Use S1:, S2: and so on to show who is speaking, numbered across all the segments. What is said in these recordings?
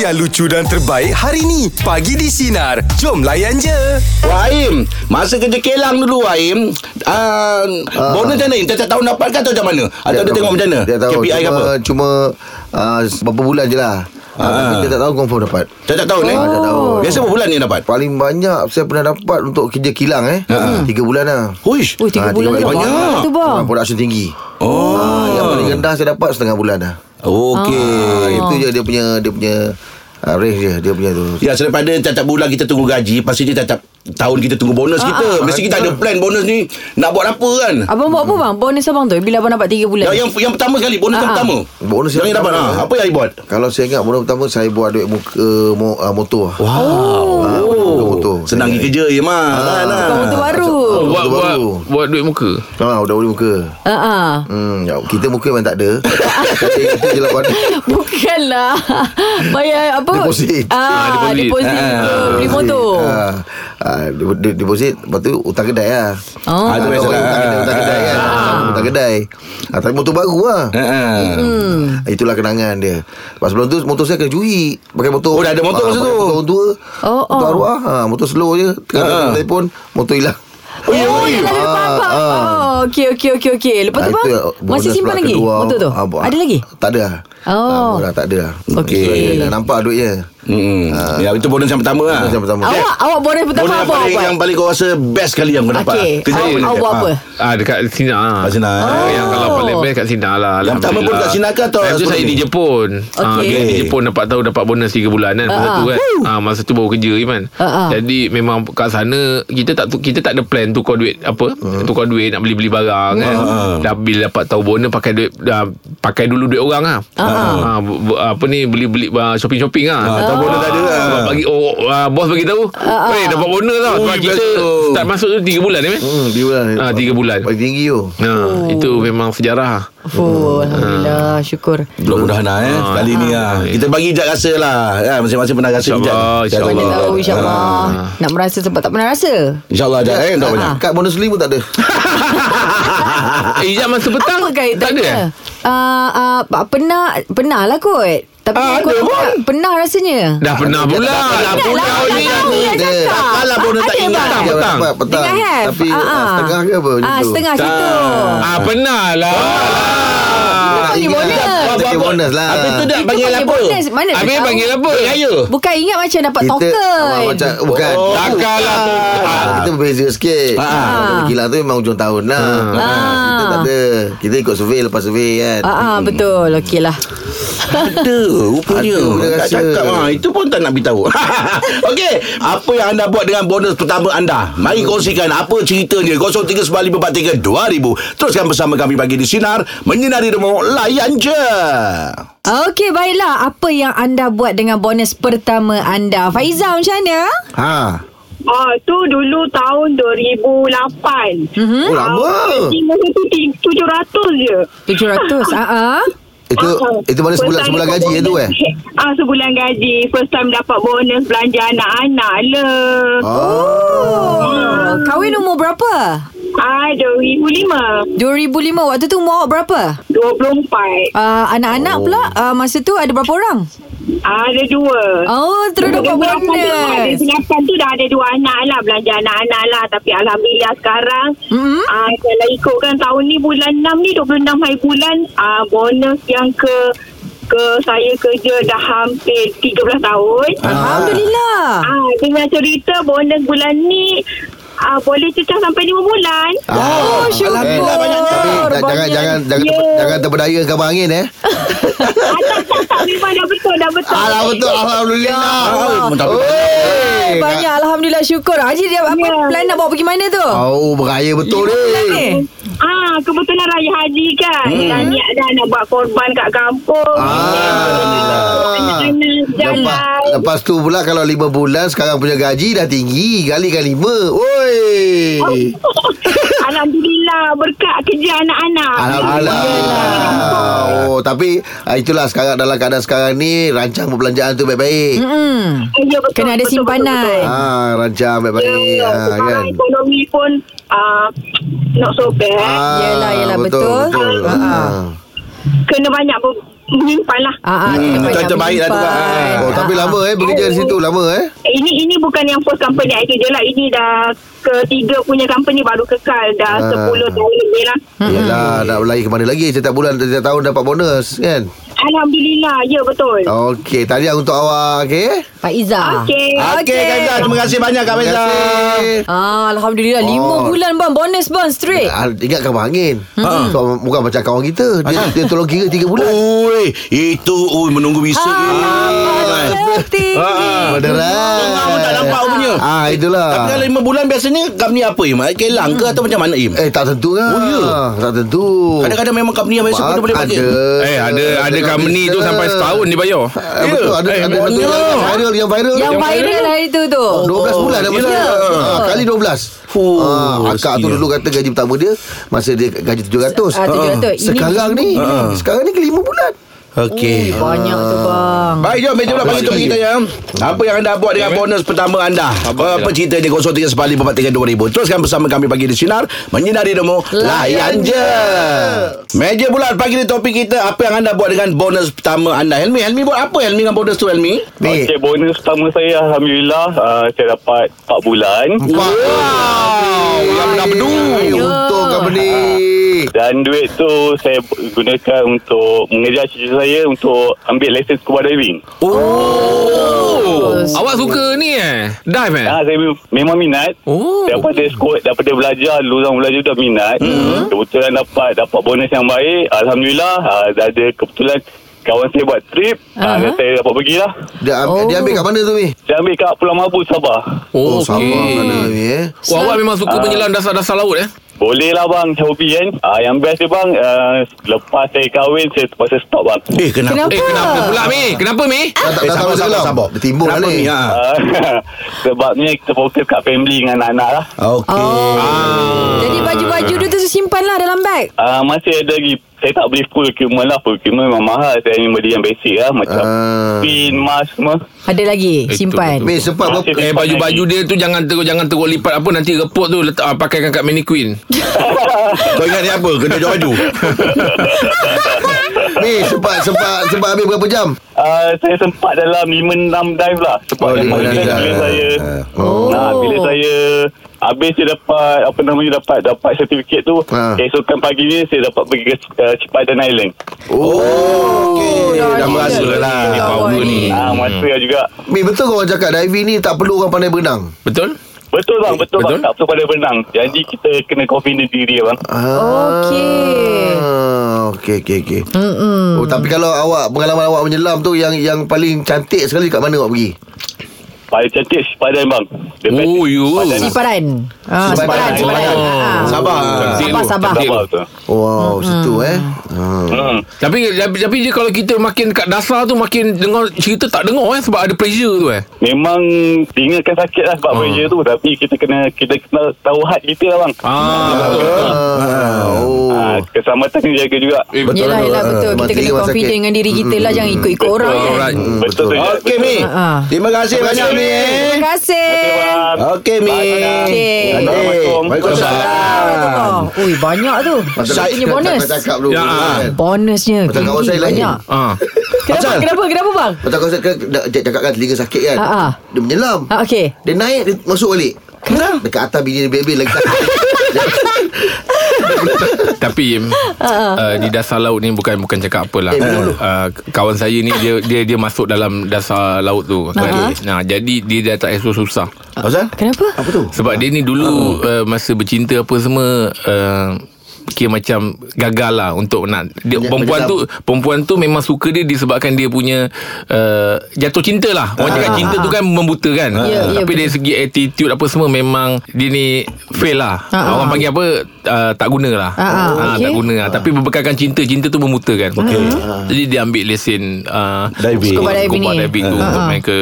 S1: yang lucu dan terbaik hari ni. Pagi di Sinar. Jom layan je.
S2: Wah Aim Masa kerja Kelang dulu Aim uh, uh, Bonus macam mana Aim Tiap-tiap tahun dapat ke atau macam mana Atau dia tengok macam mana
S3: Ah. Dia tahu
S2: KPI ke
S3: cuma,
S2: apa Ah,
S3: Cuma uh, Berapa bulan je lah uh, Tapi dia tak tahu confirm dapat
S2: Tiap-tiap tahun eh
S3: tiap-tiap tahun.
S2: Biasa berapa bulan ni dapat
S3: Paling banyak Saya pernah dapat Untuk kerja kilang eh
S2: Ha.
S3: Tiga bulan lah
S2: Huish
S4: Oh, tiga
S3: Ah, tiga
S4: bulan dah
S2: bulan.
S4: banyak
S2: Banyak.
S4: tu bang.
S3: Ah, Production tinggi
S2: Oh
S3: Ah, Yang paling rendah saya dapat Setengah bulan dah
S2: Okey
S3: Ah, Itu je dia punya Dia punya uh, Range je Dia punya tu
S2: Ya selepas dia tiap-tiap bulan kita tunggu gaji Lepas ni tiap-tiap tahun kita tunggu bonus
S3: Ah.
S2: kita Mesti kita ada plan bonus ni Nak buat apa kan
S4: Abang buat apa bang? Bonus abang tu bila abang dapat 3 bulan.
S3: Ya,
S2: yang, yang, yang pertama sekali Bonus yang
S4: Ah, ah.
S2: pertama
S3: Bonus
S2: yang,
S3: yang
S2: yang dapat
S3: pertama,
S2: ah.
S3: eh.
S2: Apa yang Aim buat
S3: Kalau saya ingat Mula pertama Saya buat duit muka mo, uh, Motor Ah,
S2: Wow Oh.
S3: Motor, motor.
S2: Senang pergi kerja ya mah
S3: Ah.
S4: Abang tu baru.
S3: Oh,
S5: buat,
S3: baru.
S5: buat, buat duit muka
S3: Ha, dah boleh muka
S4: Ha ah.
S3: Hmm, ya, kita muka memang tak ada. Kata kita je lah, lapan.
S4: Bukanlah Bayar apa
S3: Deposit.
S4: ah,
S5: Ah, deposit.
S4: Deposit
S2: Ah,
S4: tu, Beli motor
S3: Ah, ah, de- de- deposit lepas tu utang kedai lah.
S4: Oh.
S2: Ah,
S3: Ah,
S4: Ah.
S2: tu
S3: ada
S2: biasa
S3: orang
S2: lah.
S3: utang kedai, utang kedai kan. Sama Utang kedai. Ah, tapi motor baru lah.
S4: Hmm.
S3: Ah, Itulah kenangan dia. Lepas sebelum tu motor saya kena curi. Pakai motor.
S2: Oh, dah ada motor
S3: Ah,
S2: masa
S3: pakai
S2: tu.
S3: Motor orang tua.
S4: Oh,
S3: motor
S4: oh.
S3: arwah. Ha, motor slow je. Tengah
S2: Ah.
S3: uh. telefon, motor hilang.
S4: Oh,
S3: ya,
S4: oh yang dah depan abang Oh okey okey okey okey Lepas
S3: Ah,
S4: tu bang
S3: itu bonus
S4: Masih simpan
S3: pula
S4: lagi
S3: keluar.
S4: Motor tu
S3: Ah, bu-
S4: Ada lagi
S3: Tak ada lah.
S4: Oh.
S3: Ah, murah, tak ada lah.
S4: Okey.
S3: Dah- Dah nampak duitnya.
S2: Hmm. Ya itu bonus yang pertama lah.
S3: Ah. Bonus yang pertama.
S4: Awak awak bonus pertama
S2: Bonus yang
S4: apa awak
S2: paling
S4: buat
S2: yang paling kau rasa best sekali yang kau dapat. Ha.
S4: Okey awak- Awak buat apa Oh.
S5: Ah dekat Sina. Ah.
S2: Kat Sinar, eh.
S5: Ah, yang kalau paling best kat Sina lah.
S2: Yang pertama
S5: Alhamdulillah.
S2: pun kat Sinar ke atau
S5: Time tu
S2: sebelum
S5: saya
S2: ni?
S5: di Jepun. Ah,
S4: Okey.
S5: pergi di Jepun dapat tahu dapat bonus 3 bulan kan masa
S4: Ah,
S5: tu kan. Ah masa tu baru kerja kan.
S4: Ah, ah.
S5: Jadi memang kat sana kita tak tu- kita tak ada plan tukar duit apa?
S2: Hmm.
S5: Tukar duit nak beli-beli barang kan.
S2: Ah,
S5: Dah bila dapat tahu bonus pakai duit dah pakai dulu duit orang ah. Ah bu- bu- apa ni beli-beli ah, shopping-shopping ah.
S2: tahu bonus dah ada lah.
S5: Sebab Bagi oh, ah, bos bagi tahu.
S4: Ah,
S5: Eh dapat bonus tau. Sebab
S2: Ui,
S5: kita
S2: best tu.
S5: start masuk tu 3 bulan eh.
S3: Hmm, tiga bulan.
S5: Ah, tiga bulan.
S3: Paling tinggi tu.
S5: Nah, oh. itu memang sejarah.
S4: Oh Alhamdulillah Syukur
S2: Mudah-mudahan lah
S5: Ah,
S2: eh Kali ni lah Kita bagi hijab rasa lah ya, Masing-masing pernah rasa
S5: InsyaAllah,
S2: hijab
S5: insyaAllah.
S4: Mana
S5: Allah.
S4: tahu
S2: Ah.
S4: insyaAllah Ah, Nak merasa sebab tak pernah rasa
S2: Ha. InsyaAllah hijab eh Dah banyak
S3: Kat bonus lima pun tak ada.
S5: Eh, Ijab masa petang
S4: Apa
S5: tak ada. eh?
S4: kaitannya? Uh, uh, pernah Pernah lah kot Tapi
S2: Ah,
S4: aku
S2: ada
S4: tak pernah rasanya
S5: Dah pernah
S2: Ijab
S5: pula.
S2: tak pernah
S5: Dah
S2: pula
S5: pernah
S2: ni.
S4: Dia
S5: ni.
S3: Dia.
S4: cakap
S2: Takkanlah pun dia tak
S4: Ada,
S2: ingat.
S4: Bang.
S3: Dia
S5: Petang.
S3: dapat petang.
S4: Tengah kan
S3: Tapi ah, setengah ke apa macam
S4: ah,
S3: tu?
S4: Setengah macam tu
S5: Ah, pernah lah. Ah,
S3: Dia tak
S4: ni
S3: ingat.
S4: bonus.
S3: Dia Dia bonus lah.
S2: Habis tu dah panggil
S4: Itu panggil
S2: apa
S4: bonus. Mana dia
S5: Habis
S4: tahu?
S5: panggil apa?
S2: Raya
S4: Bukan ingat macam dapat
S3: Kita
S4: token
S3: ah, macam bukan.
S2: Oh,
S5: Takkanlah tu.
S3: Ah, kita berbeza sikit.
S2: Ah.
S3: Ah. Kilang tu memang hujung tahun lah. Ah. Kita tak ada. Kita ikut survey lepas survey kan.
S4: ah, ah, Betul Okey lah
S2: Ada Rupanya
S3: Ada, dia
S2: Tak
S3: rasa.
S2: cakap ha, Itu pun tak nak beritahu Okey Apa yang anda buat Dengan bonus pertama anda Mari kongsikan Apa cerita dia 0395432000 Teruskan bersama kami Pagi di Sinar Menyinari Demo Layan je
S4: Okey baiklah Apa yang anda buat dengan bonus pertama anda Faiza macam mana?
S3: Ha.
S6: Ah, tu dulu tahun 2008.
S3: Oh
S4: Mhm.
S3: lama.
S6: Gaji masa Ah, tu ti- 700 je.
S4: 700 ah, ah.
S3: Itu itu mana
S6: First
S3: sebulan
S6: time
S3: sebulan
S6: dapat
S3: gaji ya tu
S6: bonus.
S3: eh?
S6: Ah, sebulan gaji. First time dapat bonus belanja anak-anak lah.
S3: Ah.
S4: Oh Kahwin umur berapa?
S6: Ah,
S4: 2005
S6: 2005.
S4: Waktu tu umur awak berapa?
S6: 24.
S4: Uh, anak-anak oh. pula uh, Masa tu ada berapa orang?
S6: Ah, ada dua.
S4: Oh terus dapat
S6: Ada
S4: bonus
S6: delapan tu dah ada dua anak lah Belanja anak-anak lah Tapi Alhamdulillah sekarang
S4: Mhm.
S6: mm-hmm.
S3: Ah.
S6: uh, Kalau ikutkan tahun ni bulan 6 ni 26 hari bulan uh, Bonus yang ke ke saya kerja dah hampir 13 tahun
S4: Alhamdulillah
S6: Ah, Dengan cerita bonus bulan ni uh, Boleh cecah sampai 5 bulan
S4: Oh, syukur.
S3: Ya. Tapi
S4: Banyak.
S3: jangan jangan jangan
S6: Ya.
S3: ter- jangan terpedaya gambar angin eh.
S6: ah, Tak tak tak memang dah betul Ah, dah betul
S3: Alah betul alhamdulillah.
S2: Ah, tak betul.
S3: Oi.
S4: Eh, Banyak Alhamdulillah syukur Haji dia apa
S6: Ya.
S4: plan nak bawa pergi mana tu?
S3: Oh beraya betul ni.
S4: Eh,
S6: Ah, kebetulan raya haji kan. Hmm. Dah niat dah nak buat korban kat kampung.
S3: Ah.
S6: Anak-anak
S3: Lepas,
S6: jalan.
S3: lepas tu pula kalau lima bulan sekarang punya gaji dah tinggi kalikan lima. Oi.
S6: Oh. Alhamdulillah berkat kerja anak-anak.
S3: Alhamdulillah. Oh, tapi ah, itulah sekarang dalam keadaan sekarang ni rancang perbelanjaan tu baik-baik.
S4: Hmm.
S6: Ya, betul,
S4: Kena ada simpanan.
S3: Ah, rancang baik-baik
S6: Hmm.
S3: ah,
S6: Ya,
S3: kan.
S6: sekarang ekonomi pun ah, not so bad.
S3: Ah,
S4: Yelah, yelah, betul.
S3: betul.
S4: Ah, ah.
S3: Ah.
S6: Kena banyak ber- menyimpan lah.
S4: Ah, ah,
S2: Hmm,
S4: tempat
S2: macam
S4: nak
S2: terbaik lah tu,
S4: menyimpan.
S2: ah.
S3: Oh, tapi
S4: Ah,
S3: lama eh bekerja di situ lama eh.
S6: Ini ini bukan yang first company I kerja lah. Ini dah ketiga punya company baru kekal. Dah
S3: Ah.
S6: 10 tahun lebih lah.
S4: Hmm.
S3: Yalah, nak lari ke mana lagi setiap bulan setiap tahun dapat bonus kan.
S6: Alhamdulillah. Ya, betul.
S3: Okey, tahniah untuk awak okey. eh?
S4: Pak Izzah
S6: Okey.
S2: Okey Kak Izzah Terima kasih banyak Kak Faizal
S4: Ah, Alhamdulillah Lima
S3: Oh.
S4: bulan bang Bonus bang straight
S3: Ah, ingat kabar angin hmm. so, Bukan macam kawan kita Dia,
S2: Ah.
S3: dia tolong kira 3 bulan
S2: Ui, itu ui, menunggu besok
S4: Ah,
S2: ah,
S4: tinggi
S2: Ah, Kau tak
S3: Beneran
S2: nampak punya
S3: Ah
S2: Tapi
S3: itulah
S2: kalau lima bulan biasanya Company apa Im? Eh, Kelang ke atau macam mana Im?
S3: Eh tak tentu kan
S2: Oh, ya?
S3: Tak tentu
S2: Kadang-kadang memang company yang biasa
S3: Ah,
S2: pun dia boleh pakai
S5: Eh ada ada company tu sampai setahun dia bayar.
S3: Eh, betul ada,
S5: Eh,
S3: ada,
S5: betul.
S3: betul, yang viral yang viral
S4: Yang
S5: Yang
S4: viral hari tu tu
S3: 12 bulan dah
S2: yelah.
S3: ha, Kali 12
S2: Fuh,
S3: Ah, Akak tu
S2: mestinya.
S3: dulu kata gaji pertama dia Masa dia gaji 700
S4: Ah, 700. Ini
S3: Sekarang ni
S2: Ah.
S3: Sekarang ni ke 5 bulan
S2: Okey
S4: Banyak tu bang
S2: Baik jom meja pula bagi untuk kita ya. Apa yang anda buat dengan
S5: Okey,
S2: bonus pertama anda? Eh,
S5: Apa
S2: Apa, apa cerita dia 0345432000. Teruskan bersama kami pagi di sinar menyinari demo layan je. Meja bulat pagi ni topik kita apa yang anda buat dengan bonus pertama anda? Helmi, Helmi buat apa Helmi dengan bonus tu Helmi?
S3: Ni
S7: Okey, bonus pertama saya Alhamdulillah uh, Saya dapat 4 bulan
S3: Wah Yang dah bedu Untung
S2: Ya.
S3: kamu ni
S7: Dan duit tu Saya gunakan untuk Mengejar cucu saya Untuk ambil lesen scuba diving
S5: Oh, awak suka ni eh? Dive eh?
S7: ah, Saya mem- memang minat
S5: Oh.
S7: Daripada skot Daripada belajar Lurang belajar dah minat Hmm. Kebetulan dapat Dapat bonus yang baik Alhamdulillah uh, Dah ada kebetulan Kawan saya buat trip uh-huh.
S4: Aha.
S7: Dan saya dapat pergilah
S3: dia, ambil, dia ambil kat mana tu Mi?
S7: Saya ambil kat Pulau Mabu Sabah
S5: Oh,
S3: Sabah mana
S5: okey.
S3: Mi eh
S5: Wah, awak memang suka menyelam dasar-dasar laut eh?
S7: Boleh lah bang Hobi kan uh, Yang best dia bang uh, Lepas saya kahwin Saya terpaksa stop bang
S2: Eh kenapa?
S4: Kenapa?
S5: Eh, kenapa pula Mi? Kenapa Mi?
S3: Tak tak
S2: Eh,
S3: tak
S2: sabar, sabar, sabar.
S3: Dia timbul
S2: Kenapa
S3: balik
S2: ni? Ha.
S7: Ah, Sebabnya kita fokus kat family dengan anak-anak lah.
S2: Okey.
S4: Oh.
S5: Ah.
S4: Jadi baju-baju dia tu simpan lah dalam bag
S7: Uh, masih ada lagi saya tak beli full equipment lah full equipment memang mahal saya hanya beli yang basic lah macam
S3: Ah.
S7: pin mask semua
S4: Ada lagi
S5: Itu,
S4: Simpan
S3: Mi sempat
S7: Masih
S3: berapa
S5: Eh
S7: simpan
S5: baju-baju dia tu jangan teruk jangan teruk lipat apa nanti repot tu letak ah, pakai kat mannequin.
S2: Kau ingat ni apa? Kena jual baju.
S3: Mi sempat sempat sempat habis berapa jam?
S7: uh, saya sempat dalam 5-6 dive lah sebab
S3: Oh,
S7: memang
S3: lima,
S7: bila,
S3: enam
S7: bila
S3: dive. Ah.
S7: saya
S4: Oh.
S7: nah, Ah, bila saya habis saya dapat apa namanya dapat dapat sertifikat tu
S3: Ah.
S7: esokan pagi ni saya dapat pergi ke uh, Cipadan Island
S5: Oh,
S3: Oh,
S2: Okey. Dah berasa lah.
S5: Ni power ni. Hmm.
S7: ah, masa juga
S3: Mi betul kau orang cakap diving ni tak perlu orang pandai berenang.
S5: Betul?
S7: betul bang betul,
S5: Betul?
S7: betul? bang tak perlu pandai berenang janji kita kena confident diri bang
S4: Okey.
S3: Ah, Okey okey okey. Oh tapi kalau awak pengalaman awak menyelam tu yang yang paling cantik sekali kat mana awak pergi?
S7: Paling cantik Sipadan bang The best
S5: Oh, you.
S7: Sipadan.
S4: Simparan ah, Simparan
S3: Simparan.
S4: Simparan Ah.
S2: Sabar.
S5: Cantik
S4: Sabar,
S5: tu,
S4: sabar.
S5: cantik tu.
S7: Sabah tu
S3: Oh, Wow, situ eh. Ah.
S7: hmm.
S5: Tapi tapi, tapi dia kalau kita makin kat dasar tu makin dengar cerita tak dengar eh sebab ada pressure tu eh.
S7: Memang Telinga akan sakit lah
S5: Ah.
S7: Sebab pressure tu Tapi kita kena Kita kena tahu had kita lah bang
S5: Ah, betul.
S3: Ah, Oh.
S7: Ah, Keselamatan ni jaga juga
S4: Ya,
S5: Eh,
S4: Betul, yelah, yelah betul.
S3: Ah,
S4: Kita kena
S3: mati masa
S4: confident
S3: sakit.
S4: dengan diri kita lah. Jangan ikut-ikut orang.
S7: Betul.
S4: Kan?
S5: Alright.
S7: Hmm, Betul tu ya. Jack.
S2: Okey Mi.
S4: Ha, ha.
S2: Terima kasih banyak Mi.
S4: Terima kasih.
S7: Bang.
S2: Okey Mi.
S4: Okey.
S7: Assalamualaikum.
S2: Waalaikumsalam.
S4: Ah, tu. Ui, banyak tu. Kita punya bonus.
S3: Macam cakap dulu.
S5: Ya, ah.
S3: kan.
S4: Bonusnya.
S3: Macam kawan
S4: gigi
S3: saya lain.
S4: banyak.
S5: Ah.
S4: Kenapa,
S2: Asal?
S4: kenapa, kenapa bang?
S3: Macam kau cakap, dah- Jack cakap kan telinga sakit kan.
S4: Ah, ah.
S3: Dia menyelam.
S4: Ah, okey.
S3: Dia naik, dia masuk balik. Kenapa? Dekat atas bini dia bebel lagi.
S5: Tapi Im, uh, di dasar laut ni bukan bukan cakap apalah. Uh, kawan saya ni dia dia dia masuk dalam dasar laut tu.
S4: Ah.
S5: Nah, jadi dia dah tak esok susah.
S2: Pasal?
S4: Kenapa?
S2: Apa tu?
S5: Sebab dia ni dulu uh, masa bercinta apa semua uh, kira macam gagal lah untuk nak dia,
S3: Menye-
S5: perempuan tu perempuan tu memang suka dia disebabkan dia punya uh, jatuh cinta lah orang cakap cinta tu kan membuta kan
S4: Ah. Ya, ya,
S5: tapi dari segi attitude apa semua memang dia ni fail lah
S4: Ah,
S5: orang panggil apa uh, tak guna lah
S4: Ah, ah,
S5: Ah,
S4: okey.
S5: tak guna lah tapi berbekalkan cinta cinta tu membuta kan jadi dia ambil lesen uh,
S2: Diving.
S4: Scuba diving
S5: scuba
S4: ni.
S5: diving tu untuk main ke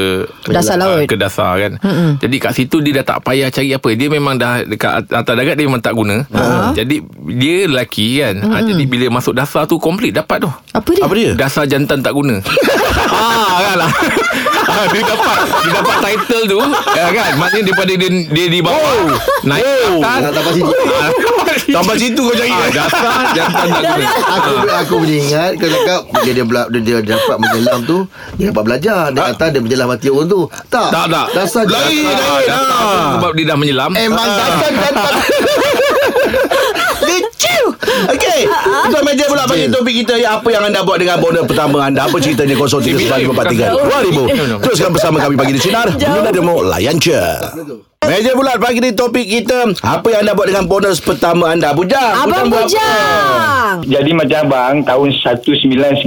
S4: Dasar laut.
S5: ke dasar kan Jadi kat situ Dia dah tak payah cari apa Dia memang dah Dekat atas darat Dia memang tak guna Jadi Dia lelaki kan ha, Jadi bila masuk dasar tu Komplit dapat tu
S4: Apa dia?
S2: Apa dia?
S5: Dasar jantan tak guna Ah kan lah Ah, dia dapat Dia dapat title Ah,
S2: Oh.
S5: tu ya, kan Maknanya daripada dia, dia di bawah Naik ke atas
S3: Nak dapat sini.
S5: Ah,
S2: Sampai situ kau cari eh.
S5: Ah, dasar jantan tak Ah, kena.
S3: Aku aku punya ingat Kau cakap Dia dia, bela, dia, dia dapat menyelam tu Dia dapat belajar Dia kata dia menyelam mati orang tu Tak
S5: Tak, tak.
S3: Dasar
S2: Lari,
S3: jantan.
S5: Ah,
S2: lari. Ah.
S5: dasar tu Sebab dia dah menyelam. Hmm,
S3: Memang dasar jantan
S2: Lucu Okey Tuan meja pula bagi topik kita ya, Apa yang anda buat dengan bonus pertama anda Apa ceritanya 0395432000 Teruskan bersama kami pagi di Sinar Mula Demo Layan je Meja bulat pagi ni topik kita Apa yang anda buat dengan bonus pertama anda Bujang
S4: Abang
S2: buat apa?
S4: Bujang.
S7: Jadi macam abang tahun
S5: Hmm.
S7: 1993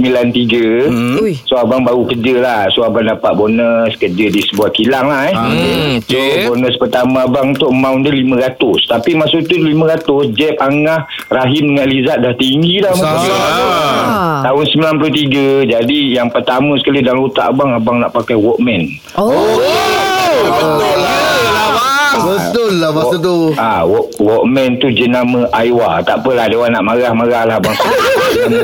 S2: Hmm?
S4: Ui.
S7: So abang baru kerja lah So abang dapat bonus kerja di sebuah kilang lah eh
S5: Hmm,
S7: So
S5: okey.
S7: bonus pertama abang tu amount dia 500 Tapi masa tu 500 Jeb, Angah, Rahim dengan Lizat dah tinggi dah masa tu.
S4: Ah.
S7: Tahun 93 Jadi yang pertama sekali dalam otak abang Abang nak pakai Walkman
S4: Oh.
S3: Betul lah masa tu
S7: Ah, walk, Walkman tu jenama Aiwa Tak apalah dia orang nak marah-marah lah abang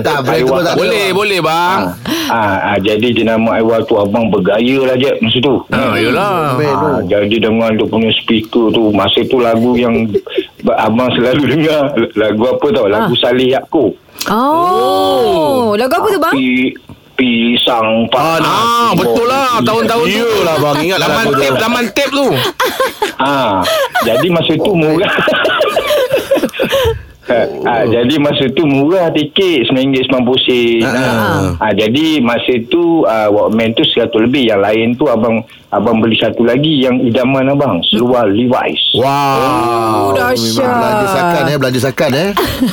S3: Tak boleh tu pun tak
S5: Boleh,
S2: lah.
S5: boleh bang.
S7: Ah, ah, jadi jenama Aiwa tu abang bergaya lah je masa tu.
S2: Ah.
S5: Ha, yalah.
S3: Man,
S7: Ah, jadi dengan dia punya speaker tu Masa tu lagu yang ba- Abang selalu dengar Lagu apa tau Lagu Salih Yaakob
S4: Oh. Lagu apa tu bang?
S7: Pi, Pisang panas
S5: Ah, betul lah tahun-tahun tu.
S2: Yelah bang Ingat lah
S5: Laman
S2: lagu tu.
S5: tape, laman tape tu.
S7: Ah, Jadi masa
S5: Oh.
S7: tu murah Ah, jadi masa tu murah tiket RM9.90 ah. ah, Jadi masa tu ah, Walkman tu 100 lebih Yang lain tu abang abang beli satu lagi Yang idaman abang Seluar Levi's
S4: Oh,
S3: Memang belanja sakan
S4: dahsyat.
S3: eh Belanja sakan eh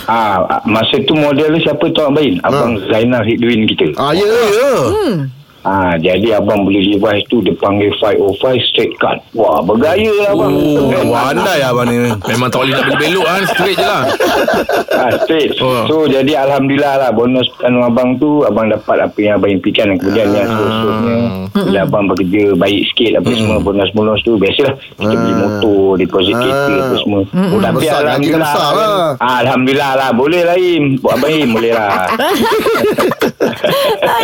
S7: Ah, masa tu model dia siapa tuan Bain? Abang Zainal Hidwin kita.
S3: Ah ya ya
S7: Ah, jadi abang beli device tu dia panggil 505 straight cut. Wah, bergaya lah abang.
S5: Oh,
S2: Pandai lah abang ni
S5: Memang tak boleh nak belok kan Straight je lah
S7: ah, straight.
S5: Oh.
S7: So, jadi Alhamdulillah lah bonus pertama abang tu, abang dapat apa yang abang impikan. Dan Kemudian
S5: Ah.
S7: yang seterusnya, bila abang bekerja baik sikit, apa semua
S5: Mm.
S7: bonus-bonus tu, biasalah kita beli motor, deposit kereta, apa semua. Oh, tapi
S3: Ah. Besar, lagi kan
S7: Alhamdulillah.
S3: besar lah.
S7: Ah, Alhamdulillah lah. Boleh lah, Im. Buat abang Im, boleh lah.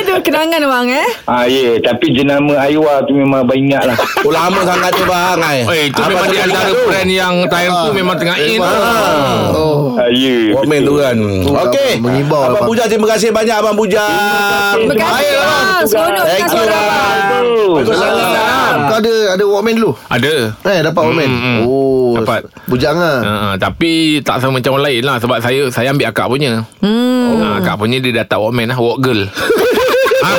S4: Aduh, kenangan bang eh.
S7: Ah ya, yeah. tapi jenama Aiwa tu memang abang ingat lah.
S2: Oh lama sangat tu bang ay.
S5: Eh itu
S2: Abang
S5: memang di
S2: tak
S5: antara
S2: ingat tu. Ah.
S5: brand yang Time tu memang tengah in
S3: Oh
S7: Ah ya.
S2: Walkman Ha. tu kan Okey
S3: Mengimbau
S2: Abang
S3: abang.
S2: Bujang terima kasih banyak Abang Bujang
S4: Terima kasih
S2: Baiklah.
S4: bang. Seronok dengan
S2: Thank you
S4: suara bang.
S2: Waalaikumsalam.
S3: Kau ada ada Walkman dulu
S5: Ada
S3: Eh dapat Walkman
S5: mm.
S3: Oh
S5: Dapat.
S3: Bujang lah
S2: Ya.
S5: Uh, tapi tak sama macam orang lain lah Sebab saya saya ambil akak punya hmm. uh, Akak punya dia dah tak walkman lah Walk girl ha?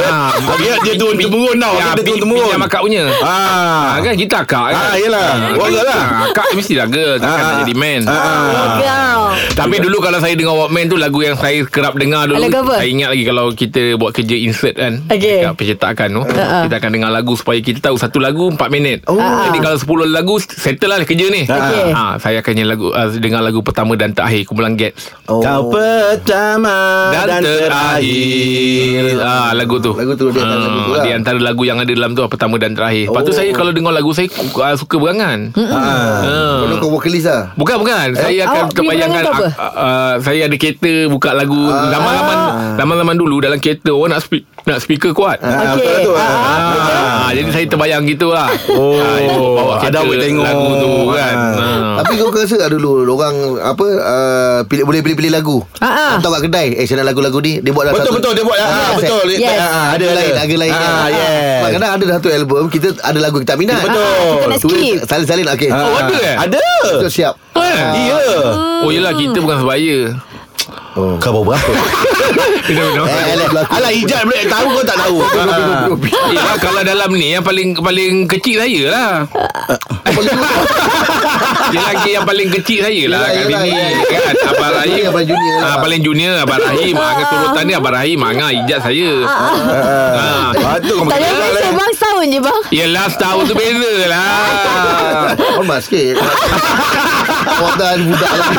S5: Ha,
S2: Dia dia turun temurun tau
S5: Ya,
S2: Dia
S5: pi,
S2: turun temurun
S5: pinjam akak punya
S2: Ah,
S5: Ah, kan kita akak kan
S2: Ah, yelah. Walk girl lah.
S5: Ah, Akak mesti lah girl Takkan
S2: Ah,
S5: nak
S2: ah.
S5: jadi man
S2: Ah.
S4: Kau.
S5: Tapi dulu kalau saya dengar Walkman tu Lagu yang saya kerap dengar dulu
S4: Lagu apa?
S5: Saya ingat lagi kalau kita buat kerja insert kan
S4: Okey.
S5: Dekat percetakan tu
S4: Uh-uh.
S5: Kita akan dengar lagu Supaya kita tahu satu lagu 4 minit oh. Jadi kalau 10 lagu Settle lah kerja ni
S4: Okey.
S5: ha, Saya akan nyanyi lagu, uh, dengar lagu pertama dan terakhir Kumpulan Gats
S3: Oh.
S2: Kau pertama
S5: Dan,
S2: dan,
S5: terakhir
S2: terakhir.
S5: ah, Lagu tu
S3: Lagu tu dia
S5: Ah,
S3: lagu tu lah Oh.
S5: Di antara lagu yang ada dalam tu lah, Pertama dan terakhir Lepas tu saya kalau dengar lagu Saya uh, suka berangan
S3: Ha. Kau
S5: Ah.
S3: nak kau vocalist lah
S5: Bukan bukan Saya akan
S4: awak
S5: terbayangkan
S4: pergi
S5: uh,
S4: berangan
S5: uh, Saya ada kereta Buka lagu
S2: Ah.
S5: Zaman-zaman Zaman-zaman dulu Dalam kereta Orang nak, speak, nak speaker kuat
S2: Ah, betul tu. Ah.
S5: Ah, jadi saya terbayang gitu lah
S2: Oh,
S5: bawa
S2: ada
S5: kereta
S2: awak tengok.
S5: Lagu tu kan
S2: Ah.
S5: Ah.
S3: Tapi kau rasa tak dulu Orang apa uh, pilih, Boleh pilih-pilih lagu
S4: Ah, ah.
S3: Atau kat kedai Eh saya nak lagu-lagu ni Dia buat dah
S2: Betul
S3: satu
S2: betul dia buat ah,
S3: Yes,
S2: betul.
S3: eh.
S4: Yes.
S2: Ah,
S3: Ada lain Ada lain
S2: Ah, yes.
S3: Sebab kadang ada satu album Kita ada lagu kita tak minat
S2: Betul. Ah,
S4: kita nak
S3: Tulis
S4: skip.
S3: Salin-salin Okay
S5: Oh, ada eh?
S2: Ada.
S3: Betul siap
S5: Eh,
S2: Ya.
S5: Oh yelah kita bukan sebaya
S3: Oh.
S2: Kau bawa berapa?
S3: Eh, alah, berlaku.
S2: Alah Ijat boleh tahu kau tak tahu.
S5: Ah. Eh, lah, kalau dalam ni yang paling paling kecil saya lah.
S3: Ah.
S5: Dia lagi yang paling kecil saya lah
S3: Yelah,
S5: kat
S3: yelah,
S5: sini
S3: yelah.
S5: kan. Abang Rahim.
S3: Abang junior lah.
S5: Ah, paling junior Abang Rahim. Ah, keturutan dia Abang Rahim. Angah ijat saya.
S3: Ah,
S5: Ah.
S2: Patut kau
S4: Tak
S2: makan
S4: ada
S2: galak,
S4: rasa
S2: eh.
S4: bang Setahun je bang
S5: Yelah setahun tu beza lah.
S3: ah, Hormat sikit Wadah budak lah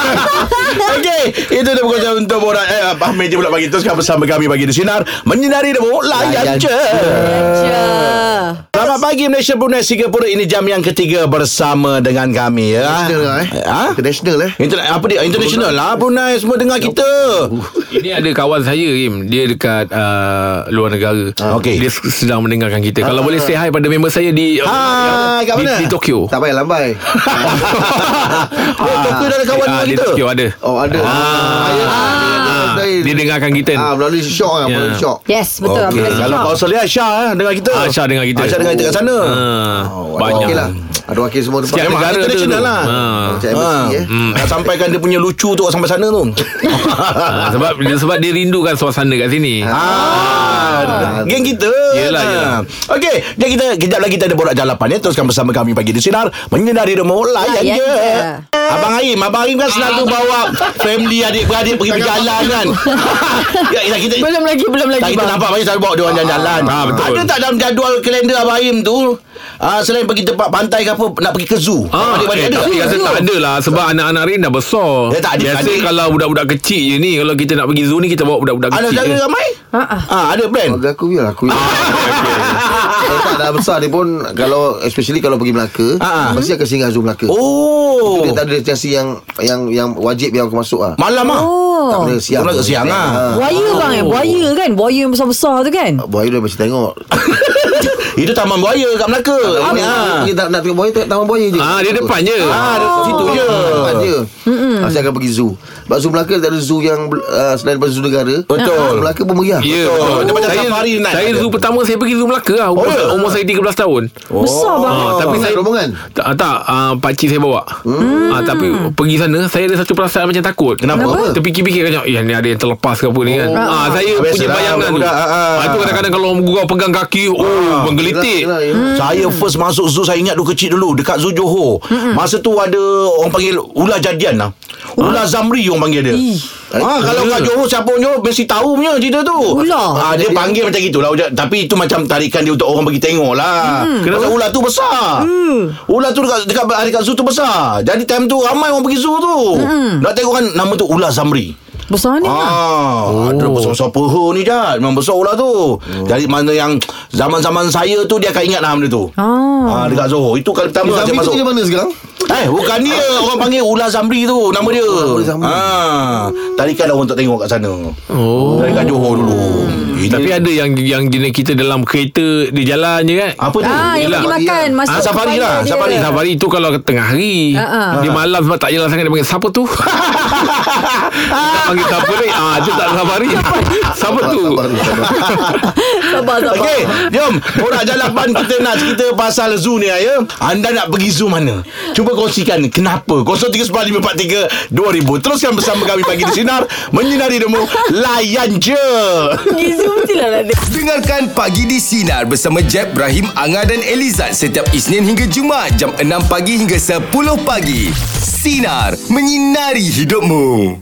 S2: Okey, itu dia perkongsian untuk borak eh apa meja pula bagi teruskan bersama kami bagi di sinar menyinari demo layan
S3: Layan
S2: je.
S4: Ya
S2: Selamat pagi Malaysia Brunei Singapura Ini jam yang ketiga bersama dengan kami ya.
S3: International lah, eh.
S2: Ha?
S3: International, eh.
S2: Inter- apa dia? International lah Brunei semua dengar kita.
S5: Ini ada kawan saya Im Dia dekat uh, luar negara
S2: Ah, okey.
S5: Dia s- sedang mendengarkan kita Kalau boleh say hi pada member saya di uh,
S2: Hai, kat
S5: di,
S2: mana?
S5: di Tokyo
S3: Tak payah lambai
S2: Oh, Tokyo dah ada kawan
S5: Ah,
S2: dengan
S5: Di
S2: kita.
S5: Tokyo ada
S3: Oh ada
S2: ya,
S3: ah.
S5: Dia dengarkan kita
S3: Ah, melalui shock lah,
S5: Ya.
S3: melalui shock.
S4: Yes betul
S2: Okey,
S4: okay.
S2: Kalau kau selia Aisyah eh, dengar kita.
S5: Ah, Aisyah dengar kita.
S2: Aisyah dengar kita kat sana.
S5: Ah,
S3: Oh, ada
S5: Banyak
S3: wakil lah. Ada wakil semua tempat.
S5: Setiap
S2: Memang
S5: negara tu
S2: international
S5: tu.
S2: lah.
S5: Ah.
S3: Macam
S2: Ah,
S3: embassy eh.
S2: hmm. Nak sampaikan dia punya lucu tu sampai sana tu.
S5: Ah, sebab dia sebab dia rindukan suasana kat sini.
S2: Ah, geng kita. Ah.
S5: Yelah, yelah.
S2: Okey, jadi kita kejap lagi kita ada borak jalapan ya. Teruskan bersama kami pagi di sinar menyinari rumah layan
S4: Layan
S2: je.
S4: je.
S2: Abang Aim, Abang Aim kan selalu bawa family adik-beradik pergi berjalan kan. ya, ya, kita
S4: Belum lagi Belum
S2: tak
S4: lagi
S2: kita nampak Abang Aim selalu bawa dia orang jalan-jalan.
S5: Ah, betul.
S2: Ada tak dalam jadual kalender Abang Aim tu ah, selain pergi tempat pantai ke apa nak pergi ke zoo?
S5: Ah, eh,
S2: Adik-beradik ada.
S5: tapi
S2: tak?
S5: rasa tak ada lah Sebab anak-anak Rin dah besar
S2: Eh, tak ada,
S5: Biasa
S2: tak ada.
S5: kalau budak-budak kecil je ni Kalau kita nak pergi zoo ni Kita bawa budak-budak
S2: Ada
S5: kecil
S2: jaga
S5: je.
S2: ramai?
S4: Ah, ah.
S2: Ah, ada plan.
S3: Keluarga aku biar
S5: Ah,
S3: aku biar. Kalau tak dah besar dia pun Kalau Especially kalau pergi Melaka
S2: Ah, ah.
S3: Mesti akan singgah Zoom Melaka
S2: Oh.
S3: Dia tak ada destinasi yang Yang yang wajib yang aku masuk lah
S2: Malam ah.
S3: Tak
S4: Oh
S3: boleh siang
S2: Zoom Melaka siang, ah.
S4: Buaya bang eh Buaya kan Buaya yang besar-besar tu
S2: Oh.
S4: kan
S3: Ah. Buaya dah mesti tengok
S2: Itu taman buaya kat Melaka. Ini,
S3: Taman buaya,
S2: ah.
S3: Kita tak nak tengok buaya Tengok taman buaya je
S5: Ah, dia depan je
S2: Ah, ada situ je.
S3: Tempat je Ah, Saya akan pergi zoo Sebab zoo Melaka Tak ada zoo yang ah, Selain daripada zoo negara
S2: Betul.
S3: Zoo Melaka pun meriah
S5: Ya
S2: Betul.
S5: betul
S2: Dia macam
S5: Saya,
S2: safari night
S5: saya
S2: ada.
S5: zoo pertama Saya pergi zoo Melaka lah Umur,
S2: Oh, ya? Oh,
S5: oh, umur saya 13 tahun
S4: Besar bang
S5: Ah,
S3: Tapi
S5: tapi
S3: saya
S5: saya
S3: rombongan
S5: tak, ah, tak uh, Pakcik saya bawa hmm. ah, Tapi pergi sana Saya ada satu perasaan macam takut
S2: Kenapa? Kenapa?
S5: Terfikir-fikir kan Ya ni ada yang terlepas ke apa ni kan ah, Saya
S2: Biasalah,
S5: punya
S2: lah,
S5: bayangan tu
S2: budak-budak, ah, ah. lah,
S5: ah, Itu kadang-kadang kalau gurau pegang kaki Oh menggelitik
S3: Yelah, yelah, yelah.
S2: Saya first masuk zoo Saya ingat dulu kecil dulu Dekat zoo Johor Masa tu ada Orang panggil Ular jadian lah Ular Zamri orang panggil dia ha, Kalau kat Johor Siapa pun Johor Mesti tahu punya cerita tu
S4: Ular.
S2: ha, Dia panggil macam gitulah ujar- Tapi itu macam tarikan dia Untuk orang pergi tengok lah Kenapa ular tu besar Ular tu dekat, dekat, dekat zoo tu besar Jadi time tu Ramai orang pergi zoo tu Nak tengok kan Nama tu Ular Zamri
S4: Besar ni bang
S2: Ah, oh. ada besar-besar peha ni Jad. Memang besar ular tu. Oh. Jadi mana yang zaman-zaman saya tu dia akan ingat lah benda tu.
S4: Ah.
S2: Ah, dekat Johor. Itu kali pertama saya
S3: Zambi tu
S2: masuk.
S3: kerja mana sekarang?
S2: Eh, bukan dia. Orang panggil ular Zamri tu nama dia.
S3: Ular Zamri.
S2: Ah, tarikan orang untuk tengok kat sana.
S5: Oh
S2: Tarikan Johor dulu. Eh,
S5: Tapi
S2: dia-
S5: ada yang yang jenis kita dalam kereta di jalan je kan.
S2: apa tu?
S4: Ah, yang
S5: Yelah.
S4: pergi makan
S2: Ah,
S4: Masuk
S2: safari
S4: kepala
S2: lah,
S4: dia.
S2: safari,
S5: Safari tu kalau tengah hari
S4: Ah, ah.
S5: Dia malam sebab tak jelas sangat Dia panggil siapa tu Tak panggil siapa ni ah, Dia tak safari Siapa tu
S4: Sabar sabar
S2: Okey, jom. Borak jalapan kita nak cerita pasal zoo ni ya. Anda nak pergi zoo mana? Cuba kongsikan kenapa. 0395432000. Teruskan bersama kami pagi di sinar menyinari demo layan je.
S4: Gizu mestilah lah dia
S1: Dengarkan Pagi di Sinar bersama Jeb, Ibrahim, Anga dan Elizad setiap Isnin hingga Jumaat jam 6 pagi hingga 10 pagi. Sinar, menyinari hidupmu.